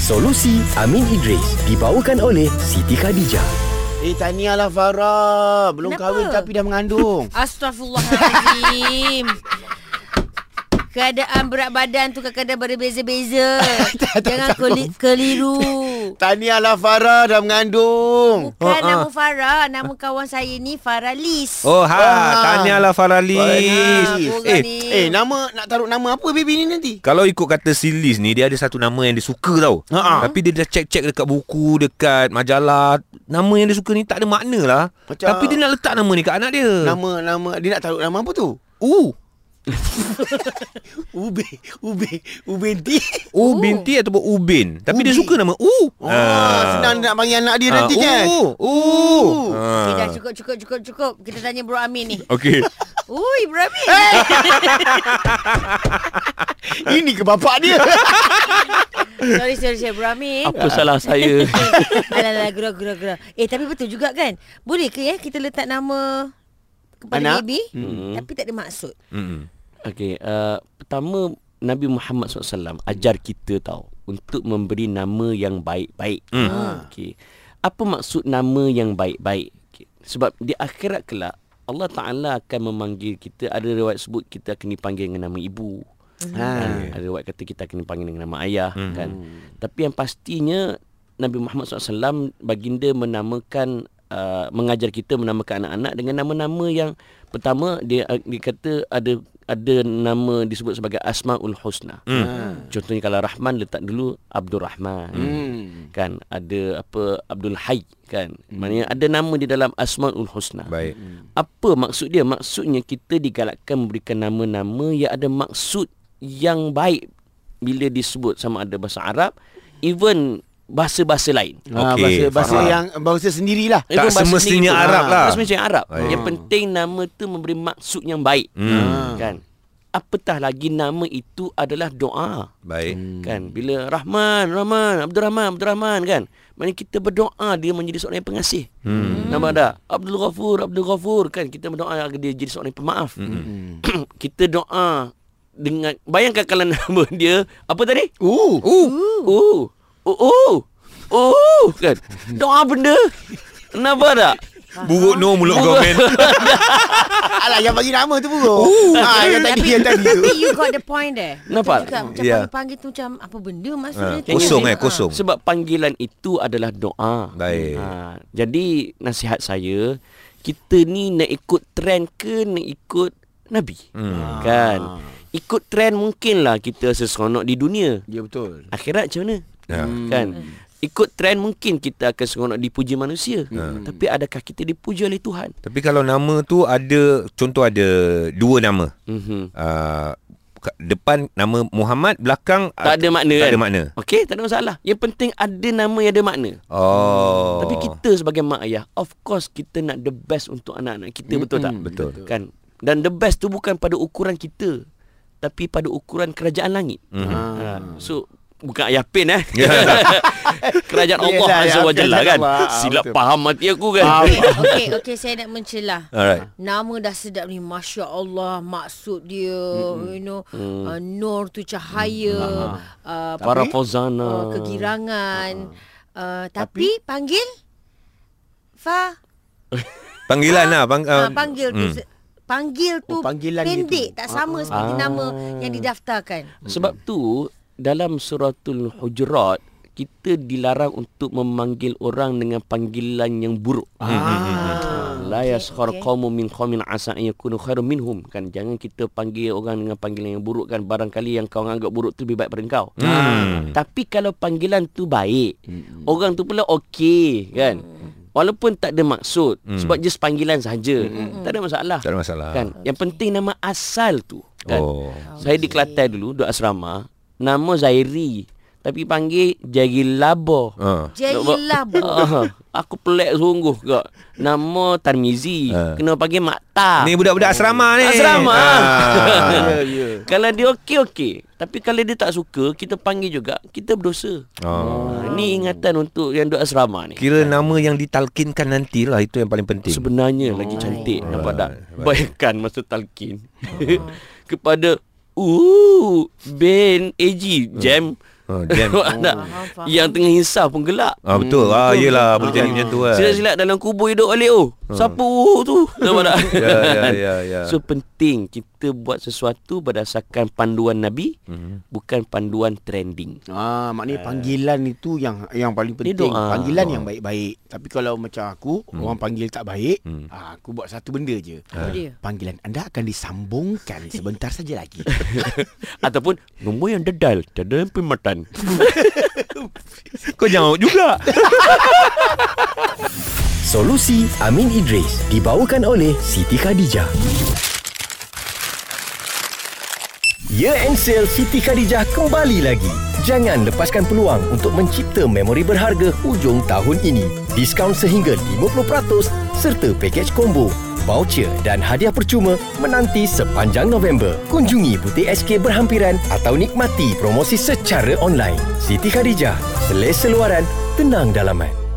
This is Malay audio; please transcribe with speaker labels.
Speaker 1: Solusi Amin Idris dibawakan oleh Siti Khadijah.
Speaker 2: Eh tahniah lah Farah Belum
Speaker 3: Kenapa?
Speaker 2: kahwin tapi dah mengandung
Speaker 3: Astaghfirullahaladzim Keadaan berat badan tu kadang-kadang berbeza-beza Jangan keli- keliru
Speaker 2: Tahniah lah Farah dah mengandung
Speaker 3: Bukan nama Farah Nama kawan saya ni Farah Lis
Speaker 4: Oh ha,
Speaker 2: Ah.
Speaker 4: tahniahlah Faralis.
Speaker 2: Farah Lis.
Speaker 4: Eh,
Speaker 3: Ah, ni.
Speaker 2: Eh nama nak taruh nama apa baby ni nanti?
Speaker 4: kalau ikut kata si Liz ni dia ada satu nama yang dia suka tau.
Speaker 2: Ha-ha.
Speaker 4: Tapi dia dah check-check dekat buku, dekat majalah, nama yang dia suka ni tak ada makna lah.
Speaker 2: Macam-
Speaker 4: Tapi dia nak letak nama ni kat anak dia.
Speaker 2: Nama nama dia nak taruh nama apa tu?
Speaker 4: U.
Speaker 2: Ube Ube Ubenti.
Speaker 4: U binti ataupun Ubin. Tapi dia
Speaker 2: Ubin.
Speaker 4: suka nama U.
Speaker 2: Oh, senang dia nak panggil anak
Speaker 4: Ah,
Speaker 2: dia nanti kan.
Speaker 4: U. U.
Speaker 3: Okay, dah cukup, cukup, cukup, cukup Kita tanya Bro Amin ni
Speaker 4: Okey.
Speaker 3: Ui, Bro Amin
Speaker 2: Ini ke bapak dia?
Speaker 3: Sorry, sorry, sorry Bro Amin
Speaker 5: Apa salah saya?
Speaker 3: Alah, alah, gerah, gerah, gerah Eh, tapi betul juga kan Boleh ke ya kita letak nama kepada
Speaker 2: Anak?
Speaker 3: baby Tapi tak ada maksud
Speaker 4: Mm-mm.
Speaker 5: Okey, uh, pertama Nabi Muhammad SAW ajar kita tau untuk memberi nama yang baik-baik. Ah,
Speaker 4: Hmm.
Speaker 5: Okey. Apa maksud nama yang baik-baik? Okay. Sebab di akhirat kelak Allah Taala akan memanggil kita. Ada riwayat sebut kita akan dipanggil dengan nama ibu.
Speaker 2: Ah.
Speaker 5: Ha. Ada riwayat kata kita akan dipanggil dengan nama ayah hmm. kan. Tapi yang pastinya Nabi Muhammad SAW baginda menamakan uh, mengajar kita menamakan anak-anak dengan nama-nama yang pertama dia uh, dia kata ada ada nama disebut sebagai Asmaul Husna.
Speaker 4: Mm.
Speaker 2: Ah.
Speaker 5: Hmm. Contohnya kalau Rahman letak dulu Abdul Rahman.
Speaker 2: Hmm.
Speaker 5: Kan ada apa Abdul Hayy kan. Maknanya ada nama di dalam Asmaul Husna.
Speaker 4: Baik.
Speaker 5: Apa maksud dia? Maksudnya kita digalakkan memberikan nama-nama yang ada maksud yang baik bila disebut sama ada bahasa Arab, even bahasa-bahasa lain.
Speaker 2: Ah,
Speaker 4: Okey,
Speaker 2: bahasa bahasa
Speaker 4: faham.
Speaker 2: yang bahasa sendirilah.
Speaker 4: Tak
Speaker 5: Even bahasa
Speaker 4: semestinya
Speaker 5: sendiri pun.
Speaker 4: Arab
Speaker 5: Ah,
Speaker 4: lah.
Speaker 5: Tak semestinya Arab.
Speaker 4: Baik.
Speaker 5: Yang penting nama tu memberi maksud yang baik.
Speaker 2: Ha.
Speaker 4: Hmm.
Speaker 5: Kan? Apatah lagi nama itu adalah doa.
Speaker 4: Baik.
Speaker 5: Kan bila Rahman, Rahman, Abdul Rahman, Abdul Rahman kan. Maknanya kita berdoa dia menjadi seorang yang pengasih. Hmm. Nama ada Abdul Ghafur, Abdul Ghafur kan. Kita berdoa agar dia jadi seorang yang pemaaf. Hmm. kita doa dengan bayangkan kalau nama dia apa tadi?
Speaker 2: Uh.
Speaker 5: Uh. Uh. Uh. Uh. Uh. Kan. Doa benda. Nampak tak?
Speaker 4: Buruk no mulut kau men.
Speaker 2: Alah yang bagi nama tu buruk. Uh. Ah yang tadi yang tadi tu.
Speaker 3: Tapi you got the point there
Speaker 5: Nampak?
Speaker 3: Betul juga Macam
Speaker 4: Ya.
Speaker 3: panggil-panggil tu macam Apa benda maksudnya
Speaker 4: Ah,
Speaker 3: tu?
Speaker 4: Kosong eh,
Speaker 3: Ah.
Speaker 4: kosong.
Speaker 5: ha, Sebab panggilan itu adalah doa.
Speaker 4: Baik.
Speaker 5: Ha, jadi nasihat saya, kita ni nak ikut trend ke nak ikut Nabi? Hmm. Kan? Ikut trend mungkinlah kita seseronok di dunia.
Speaker 2: Ya betul.
Speaker 5: Akhirat macam mana?
Speaker 4: Ya.
Speaker 5: Kan? Ikut trend mungkin kita akan seronok dipuji manusia.
Speaker 4: Hmm.
Speaker 5: Hmm. Tapi adakah kita dipuji oleh Tuhan?
Speaker 4: Tapi kalau nama tu ada contoh ada dua nama.
Speaker 5: Mm-hmm.
Speaker 4: Uh, depan nama Muhammad, belakang ah,
Speaker 5: Tak ada makna
Speaker 4: tak
Speaker 5: kan?
Speaker 4: ada makna.
Speaker 5: Okey, tak ada masalah. Yang penting ada nama yang ada makna.
Speaker 4: Oh.
Speaker 5: Tapi kita sebagai mak ayah, of course kita nak the best untuk anak-anak kita, mm, betul tak?
Speaker 4: Hmm. betul.
Speaker 5: Kan? Dan the best tu bukan pada ukuran kita, tapi pada ukuran kerajaan langit.
Speaker 4: Hmm.
Speaker 5: Mm.
Speaker 2: Ah.
Speaker 5: Ha. So bukan ayah pin eh.
Speaker 4: Ya.
Speaker 5: kerajaan Allah
Speaker 2: Yelah,
Speaker 5: Azza wa
Speaker 2: ya,
Speaker 5: Jalla
Speaker 2: kerajaan
Speaker 5: kan.
Speaker 2: Allah. Ah,
Speaker 5: Silap
Speaker 2: betul.
Speaker 5: faham hati aku kan.
Speaker 3: Okey, okey, okey saya nak mencelah.
Speaker 4: Alright.
Speaker 3: Nama dah sedap ni Masya Allah Maksud dia mm You know mm. uh, Nur tu cahaya mm. uh,
Speaker 5: Para Ah.
Speaker 3: apa,
Speaker 5: Fauzana.
Speaker 3: uh, Kegirangan uh, tapi, panggil Fa
Speaker 4: Panggilan lah. Pang,
Speaker 3: um,
Speaker 4: uh,
Speaker 3: Panggil tu se- Panggil tu
Speaker 2: Oh, panggilan dia
Speaker 3: pendek
Speaker 2: tu.
Speaker 3: Tak sama seperti nama Yang didaftarkan
Speaker 5: Sebab tu dalam suratul hujurat kita dilarang untuk memanggil orang dengan panggilan yang buruk. Ah. La yaskhar
Speaker 3: okey.
Speaker 5: qaumun min qaumin asa an yakunu khairum minhum kan jangan kita panggil orang dengan panggilan yang buruk kan barangkali yang kau anggap buruk tu lebih baik pada kau. Hmm. Tapi kalau panggilan tu baik, hmm. orang tu pula okey kan. Walaupun tak ada maksud hmm. sebab just panggilan saja. Hmm. Tak ada masalah.
Speaker 4: Tak ada masalah.
Speaker 5: Kan. Yang penting nama asal tu kan.
Speaker 4: Oh.
Speaker 5: Saya di Kelantan dulu Duduk asrama Nama Zairi Tapi panggil Jagilabo
Speaker 4: Uh.
Speaker 3: Jadilah bu-
Speaker 5: Ah, Aku pelik sungguh kak Nama Tarmizi
Speaker 4: Ah.
Speaker 5: Kena panggil Makta
Speaker 4: Ni budak-budak asrama ni.
Speaker 5: Ah. Asrama.
Speaker 4: Ah.
Speaker 2: Ya ya.
Speaker 5: Kalau dia okey okey Tapi kalau dia tak suka Kita panggil juga Kita berdosa
Speaker 4: Oh.
Speaker 5: Ah, Ni ingatan untuk yang duduk asrama ni
Speaker 4: Kira nama yang ditalkinkan nantilah itu yang paling penting.
Speaker 5: Sebenarnya lagi cantik Nampak tak Bayangkan masa talkin Kepada Uh, Ben AG Jam
Speaker 4: Ah, jam.
Speaker 5: Nampak tak?
Speaker 3: Faham, faham.
Speaker 5: Oh. Yang tengah insaf pun gelak
Speaker 4: Ah betul. Ah yelah boleh jadi macam tu kan.
Speaker 5: Silap-silap dalam kubur hidup balik oh. Siapa oh, tu? Nampak tak?
Speaker 4: Hmm. Ya, ya, ya, ya.
Speaker 5: So penting kita buat sesuatu berdasarkan panduan Nabi,
Speaker 4: Hmm.
Speaker 5: mm-hmm. bukan panduan trending.
Speaker 2: Ah, maknanya panggilan itu yang yang paling
Speaker 5: Dia
Speaker 2: penting.
Speaker 5: doa.
Speaker 2: Panggilan yang baik-baik. Tapi kalau macam aku, hmm. orang panggil tak baik, hmm. aku buat satu benda je.
Speaker 3: Apa dia?
Speaker 2: Panggilan anda akan disambungkan sebentar saja lagi.
Speaker 5: Ataupun nombor yang dedal, dedal permatan.
Speaker 4: Kau jangan juga.
Speaker 1: Solusi Amin Idris dibawakan oleh Siti Khadijah. Year End Ya Sale Siti Khadijah kembali lagi. Jangan lepaskan peluang untuk mencipta memori berharga hujung tahun ini. Diskaun sehingga 50% serta pakej combo, voucher dan hadiah percuma menanti sepanjang November. Kunjungi butik SK berhampiran atau nikmati promosi secara online. Siti Khadijah, selesa luaran, tenang dalaman.